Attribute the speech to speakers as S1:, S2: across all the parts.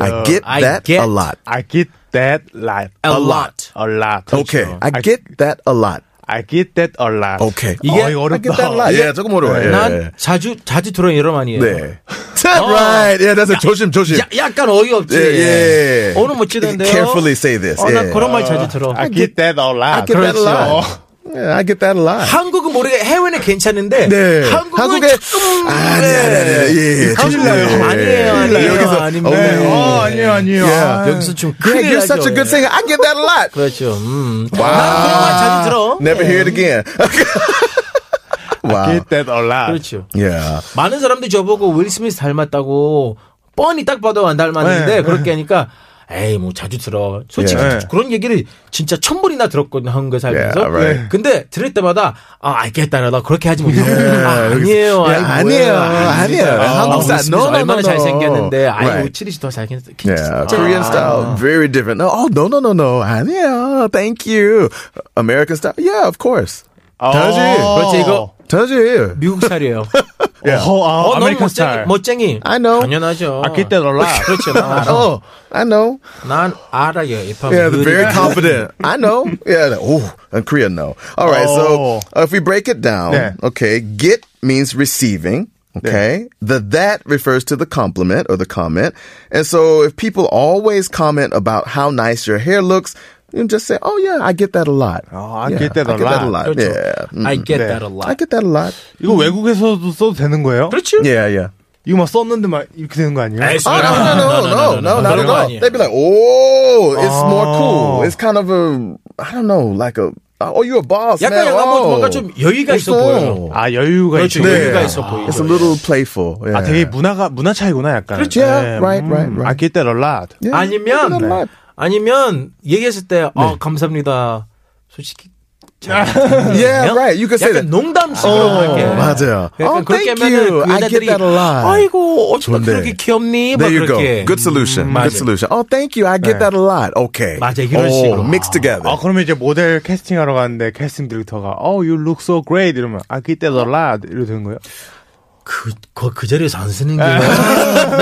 S1: I get
S2: I
S1: that
S2: get
S1: a lot.
S3: I get that lot.
S2: A lot.
S3: A lot. 그렇죠.
S1: Okay, I Oh, get that a lot.
S3: I get that a lot.
S1: Okay.
S3: 이게
S2: I get
S1: I
S3: 어렵다.
S1: get that a lot. Yeah, 조금 어려워. 예.
S2: 난 자주 자주 들어 이런 말이에요.
S1: 네. right. Oh. Yeah, that's a 조심 조심.
S2: 야, 약간 어이없지.
S1: 예, 예.
S2: 오늘 멋지던데요.
S1: Carefully say this.
S2: 어, 나
S1: 예.
S2: 그런 말 자주 들어.
S3: 아, I get that a lot. 그렇죠.
S1: I get that a lot. Yeah, I get that a lot.
S2: 한국은 모르게 해외는 괜찮은데
S1: 네.
S2: 한국은
S1: 한국에-
S2: 조금 네.
S1: 아니, 네, 아니, 아니, 아니. 예, 예.
S2: 큰일 나요.
S1: 예, 예.
S2: 아니에요, 아니에요.
S1: 여기서-
S2: 아닙니다.
S1: 어,
S3: 네.
S1: 예.
S3: 어, 아니에요, 아니에요.
S1: Yeah.
S3: 아,
S2: 여기서 좀
S1: Greg,
S2: 큰일
S1: you're
S2: 나죠.
S1: such a good singer. I get that a lot.
S2: 그렇죠. 음.
S1: Wow.
S2: 난 그런 말 자주 들어.
S1: Never hear it again.
S2: 아.
S1: wow.
S3: get that a lot.
S2: 그렇죠.
S1: Yeah.
S2: 많은 사람들이 저보고 윌 스미스 닮았다고 뻔히 딱 봐도 안 닮았는데
S3: 네.
S2: 그렇게 하니까 에이 뭐 자주 들어 솔직히
S3: 예.
S2: 그런 얘기를 진짜 천 번이나 들었거든 한국에 살면서 예.
S1: Yeah, right.
S2: 근데 들을 때마다 아 알겠다 나 그렇게 하지 못해 아, 아니에요
S1: 야,
S2: 아니,
S1: 아니에요.
S2: 뭐야.
S1: 아니에요.
S2: 아, 윌
S1: 한국 사람.
S2: 스미스
S1: No, no, no,
S2: 얼마나
S1: no.
S2: 잘생겼는데 아이
S1: Right.
S2: 우칠이 더 잘생겼
S1: Yeah. Korean style, very different. No, oh, no, no, no, no. 아니에요. Thank you. American style. Yeah, of course.
S3: 어.
S1: 다지.
S2: 그렇지 이거
S1: 다지.
S2: 미국 살이에요.
S3: 어허, 어. 아,
S2: 어, 너무
S3: 아메리칸
S2: 멋쟁이.
S3: 스타일. 아,
S2: 멋쟁이.
S1: I know.
S2: 당연하죠.
S3: I get that a lot.
S2: 그렇죠. 난 알아.
S3: 어.
S1: Oh, I know.
S2: 난 알아요. 이 밤.
S1: Yeah, they're very
S2: 의리가.
S1: confident. I know. Yeah. Oh, and Korea, no. All right.
S3: Oh.
S1: So uh, if we break it down,
S3: Yeah.
S1: okay, get means receiving. Okay. The that refers to the compliment or the comment. And so if people always comment about how nice your hair looks, you just say, oh, yeah, I get that a lot.
S3: Oh, I
S1: Yeah,
S3: get that
S1: I
S3: a
S1: get that a lot.
S3: lot.
S2: 그렇죠.
S1: Yeah.
S2: I
S1: Mm.
S2: get
S3: 네.
S2: that a lot.
S1: I get that a lot.
S3: 이거 외국에서도 써도 되는 거예요?
S2: 그렇죠.
S1: Yeah, yeah.
S3: 이거 막 썼는데 막 이렇게 되는 거 아니에요?
S2: 에이,
S1: Oh, no, no, no, Oh, no, no, no, not at
S2: 그런 거
S1: all.
S2: 아니에요.
S1: They'd be like, oh, it's more
S3: Oh.
S1: cool. It's kind of a, I don't know, like a, oh, you're a boss,
S2: 약간
S1: man.
S2: 약간 뭐
S1: oh.
S2: 뭔가 좀 여유가 있어
S1: 있어.
S2: 보여요.
S3: 아 여유가
S2: 그렇죠.
S3: 있죠.
S1: 네.
S2: 여유가 있어 보이죠.
S1: It's a little playful. Yeah.
S3: 아 되게 문화가 문화 차이구나 약간.
S1: 그렇죠. Yeah, right, right, right.
S3: I get that a lot.
S2: 예.
S1: Yeah, look at that
S2: 아니면
S1: life.
S2: 아니면 얘기했을 때 아
S1: 네.
S2: 감사합니다. 솔직히
S1: Yeah,
S2: 그냥
S1: 예, right. You could say that.
S2: 약간 농담식으로
S1: 어,
S2: 할게.
S1: 아, 맞아요.
S2: 약간
S1: Oh,
S2: 그렇게
S1: thank
S2: 하면은
S1: you.
S2: 그
S1: I
S2: 여자들이
S1: get that a lot.
S2: 아이고 어쩜
S1: 좋은데.
S2: 그렇게 귀엽니? 막
S1: There you go.
S2: 그렇게.
S1: Good solution.
S2: 맞아요.
S1: Good solution. Oh, thank you. I get that a lot. Okay.
S2: 맞아, 이런
S1: Oh,
S2: 식으로.
S1: mixed together.
S3: 아 그러면 이제 모델 캐스팅하러 갔는데 캐스팅 디렉터가 Oh you look so great 이러면 I get that a lot 이러 되는 거예요?
S2: 그, 그, 그 자리에서 안 쓰는 게
S1: 아.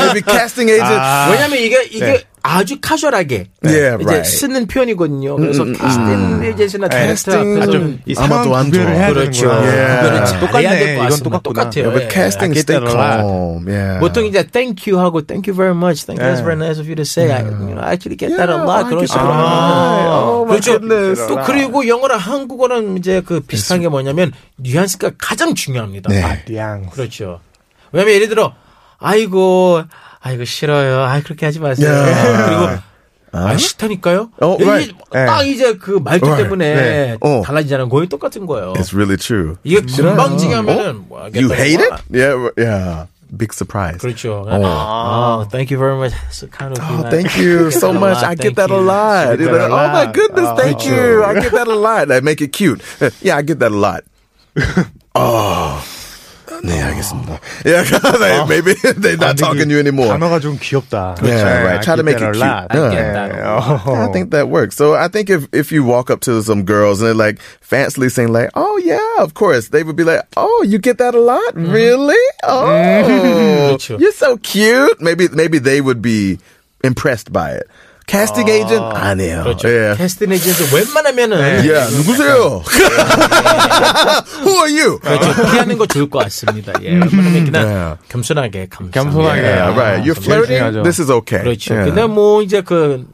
S1: Maybe casting agent.
S2: 왜냐면 이게 이게 아주 카주얼하게 이제
S1: Yeah, 네. 예, right. 음,
S2: 쓰는 표현이거든요. 그래서 캐스팅 에이전시나 디렉터
S1: 캐스팅.
S3: 아,
S2: 앞에서는
S3: 좀이
S1: 아. 아마
S3: 상황
S1: 또 안
S3: 구별을
S1: 좋아.
S3: 해야
S2: 그렇죠.
S3: 되는 거야.
S2: 그거를
S1: Yeah.
S2: 잘해야
S3: 똑같네.
S2: 될것
S3: 이건
S2: 같습니다.
S3: 똑같구나.
S2: 똑같아요.
S1: But
S2: 예.
S1: casting,
S3: I get
S1: stay
S3: that a lot.
S1: calm. Yeah.
S2: 보통 이제 thank you 하고 thank you very much, thank you, that's very nice of you to say, I, you know, I actually get that a
S1: Yeah,
S2: lot
S1: I
S2: 그런
S1: get that
S2: 식으로.
S1: a lot. Oh, my
S2: 그렇죠.
S1: goodness. 그렇죠.
S2: 또 그리고 영어랑 한국어랑 이제 그 비슷한 게 뭐냐면 뉘앙스가 가장 중요합니다.
S1: 네.
S2: 아,
S3: 뉘앙스.
S2: 그렇죠. 왜냐면 예를 들어 아이고 아이고 싫어요. 아 그렇게 하지 마세요.
S1: Yeah.
S2: 그리고 아 싫다니까요.
S1: 어,
S2: 이게
S1: right.
S2: 딱 이제 그 말투
S1: Right.
S2: 때문에
S1: 네. 어.
S2: 달라지잖아요. 거의 똑같은 거예요.
S1: It's really true.
S2: 이게 금방지게 하면은 뭐
S1: You
S2: 알겠다고
S1: hate it?
S2: 와.
S1: Yeah, yeah. Big surprise.
S2: 그렇죠. 아, thank you very much. So kind of
S1: Oh,
S2: nice.
S1: thank you so
S2: Thank
S1: much.
S2: you.
S1: I get that a lot. You're like,
S3: Thank you. Get that a
S1: oh my
S3: lot.
S1: goodness,
S3: Oh.
S1: thank you. I get that a lot. I make it cute. Yeah, I get that a lot. oh. 네, 알겠습니다. Yeah, they, maybe they're not talking to you anymore.
S3: 그 단어가 좀 귀엽다. 그렇죠.
S1: Yeah, right.
S3: I
S1: Try to
S3: get
S1: make
S3: that
S1: it
S3: a
S1: cute.
S3: lot.
S1: Yeah.
S3: 어. Yeah.
S1: I think that works. So I think if, if you walk up to some girls and they're like fancily saying like, oh yeah, of course, they would be like, oh, you get that a lot, really? Oh,
S2: Good you.
S1: you're so cute. Maybe maybe they would be impressed by it. Casting agent, I know.
S2: 그렇죠.
S1: Yeah.
S2: 캐스팅 에이전트 웬만하면은
S1: yeah, 누구세요? Who are you?
S2: 그렇죠. 피하는 거 좋을 것 같습니다. 예. 웬만하면 그냥
S1: Yeah.
S2: 겸손하게 감사.
S3: 겸손하게.
S1: Yeah,
S3: 아,
S1: 음. right. You're
S3: 정말
S1: flirting.
S3: 중요하죠.
S1: This is okay.
S2: 그렇죠.
S1: Yeah.
S2: 근데 뭐 이제 그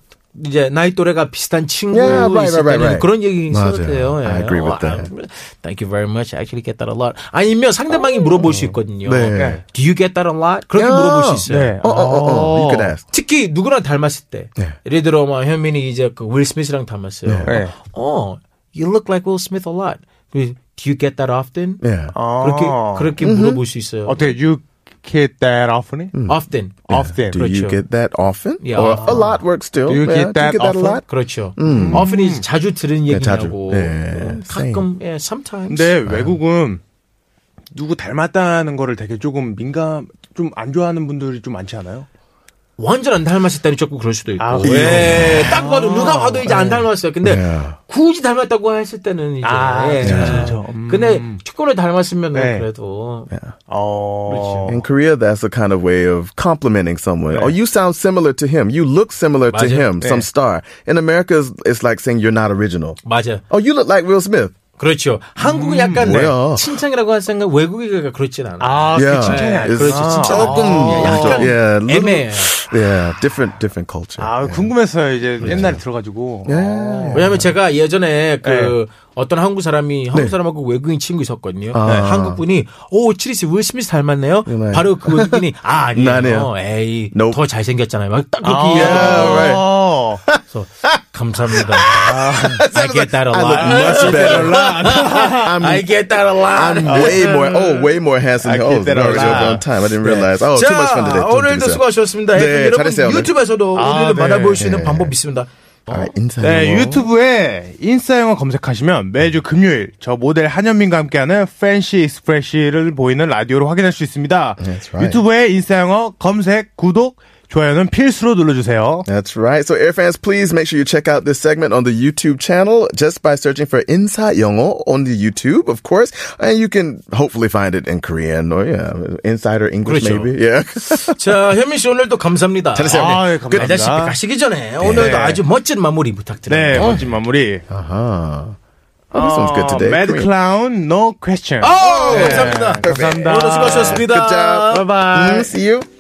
S2: 이제 나이 또래가 비슷한 친구
S1: Yeah, right,
S2: 있을
S1: right,
S2: 때는
S1: right.
S2: 그런 얘기 있어도
S1: 맞아요.
S2: 돼요. 예.
S1: I agree with
S2: 어,
S1: that.
S2: 아, Thank you very much. I actually get that a lot. 아니면 상대방이 물어볼 수 있거든요.
S1: 네.
S2: Do you get that a lot? 그렇게
S1: Yeah.
S2: 물어볼 수 있어요.
S3: 네.
S1: Oh, oh, oh, oh. You could ask.
S2: 특히 누구랑 닮았을 때.
S1: 네.
S2: 예를 들어 막 현민이 이제 그윌 스미스랑 닮았어요.
S3: 네.
S2: 어, you look like Will Smith a lot. 그래서, Do you get that often?
S1: Yeah.
S2: 그렇게
S3: 아.
S2: 그렇게 물어볼 수 있어요.
S3: 어떻게 you get that often?
S1: 음.
S2: often.
S1: 네.
S3: Often.
S1: Do you
S2: 그렇죠.
S1: get that often?
S2: Yeah.
S1: Or a lot works still.
S3: Do you
S1: Yeah,
S3: get that
S1: a
S3: often?
S1: lot? 음.
S2: 그렇죠. often
S3: 음.
S2: 이 자주 들은
S1: 자주.
S2: 얘기냐고.
S1: 예,
S2: 음,
S1: same.
S2: 가끔 예, sometimes.
S3: 근데 외국은 누구 닮았다는 거를 되게 조금 민감 좀 안 좋아하는 분들이 좀 많지 않아요?
S2: 완전 안 닮았었다니 조금 그럴 수도 있고.
S3: 아,
S2: 예.
S3: 네.
S2: 딱 봐도 누가 봐도 이제 안 닮았어요. 근데
S1: Yeah.
S2: 굳이 닮았다고 했을 때는 이제. 예.
S3: 그렇죠.
S2: 근데 축구를 닮았으면
S3: 네.
S2: 그래도
S3: 어.
S1: In Korea, that's a kind of way of complimenting someone. Oh, you sound similar to him. You look similar to
S2: Imagine.
S1: him, some star. In America, it's- it's like saying you're not original.
S2: 맞아.
S1: Oh, you look like Will Smith.
S2: 그렇죠. 한국은 약간
S1: 음, 뭐야.
S2: 칭찬이라고 할 생각 외국이 그렇지 않아.
S3: 아,
S1: Yeah.
S3: 그 칭찬이 아니야.
S1: It's 조금,
S2: 약간
S1: yeah, little-
S2: 애매해.
S1: yeah, different, different culture.
S3: 아, 궁금했어요. 이제 옛날에 들어가지고.
S1: 그렇죠. yeah.
S2: 왜냐면 제가 예전에 그
S3: 네.
S2: 어떤 한국 사람이
S1: 네.
S2: 한국 사람하고 외국인 친구 있었거든요. 네, 한국 분이 오 치리스 윌 스미스 닮았네요.
S1: 아. 네.
S2: 바로 그 외국인이 아
S1: 아니에요.
S2: 아니에요. 에이
S1: Nope.
S2: 더 잘생겼잖아요. 막 딱
S3: 아,
S2: 이렇게 이야기하고
S1: right.
S3: 어.
S2: 그래서 감사합니다. 아, I get that a
S1: 아. I
S2: lot.
S1: look much better. I'm,
S2: I get that a lot.
S1: I'm way more, oh, way more handsome.
S3: I
S1: oh,
S3: get that
S1: we're
S3: a
S1: already
S3: lot.
S1: over on time. I didn't realize. Oh, too much fun today.
S2: 자 오늘도 수고하셨습니다.
S1: 네,
S2: 여러분
S1: 잘했어요, 오늘.
S2: 유튜브에서도
S3: 아,
S2: 우리를
S3: 네.
S2: 만나볼 수 있는 방법 있습니다.
S1: All right, inside
S3: 네,
S1: the wall.
S3: 유튜브에 인싸영어 검색하시면 매주 금요일 저 모델 한현민과 함께하는 프렌시 익스프레시를 보이는 라디오로 확인할 수 있습니다.
S1: That's right.
S3: 유튜브에 인싸영어 검색, 구독, 좋아요는 필수로 눌러주세요.
S1: That's right. So, air fans, please make sure you check out this segment on the YouTube channel just by searching for Inside Yongo on the YouTube, of course. And you can hopefully find it in Korean or, yeah, Insider English,
S2: 그렇죠.
S1: maybe. Yeah.
S2: 자, 현민 씨 오늘도 감사합니다.
S1: 잘했어요,
S3: 형님. 아, 예,
S2: 그
S3: 감사합니다.
S2: 아저씨 가시기 전에 오늘도 아주 멋진 마무리 부탁드립니다.
S3: 네, 멋진 마무리. 어,
S1: Ah. Oh, that sounds good today.
S3: Mad
S1: Korean.
S3: Clown, no question.
S2: 아, 감사합니다.
S3: 네, 감사합니다.
S2: 오늘 수고하셨습니다.
S1: Good job.
S3: Bye bye.
S1: Mm, see you.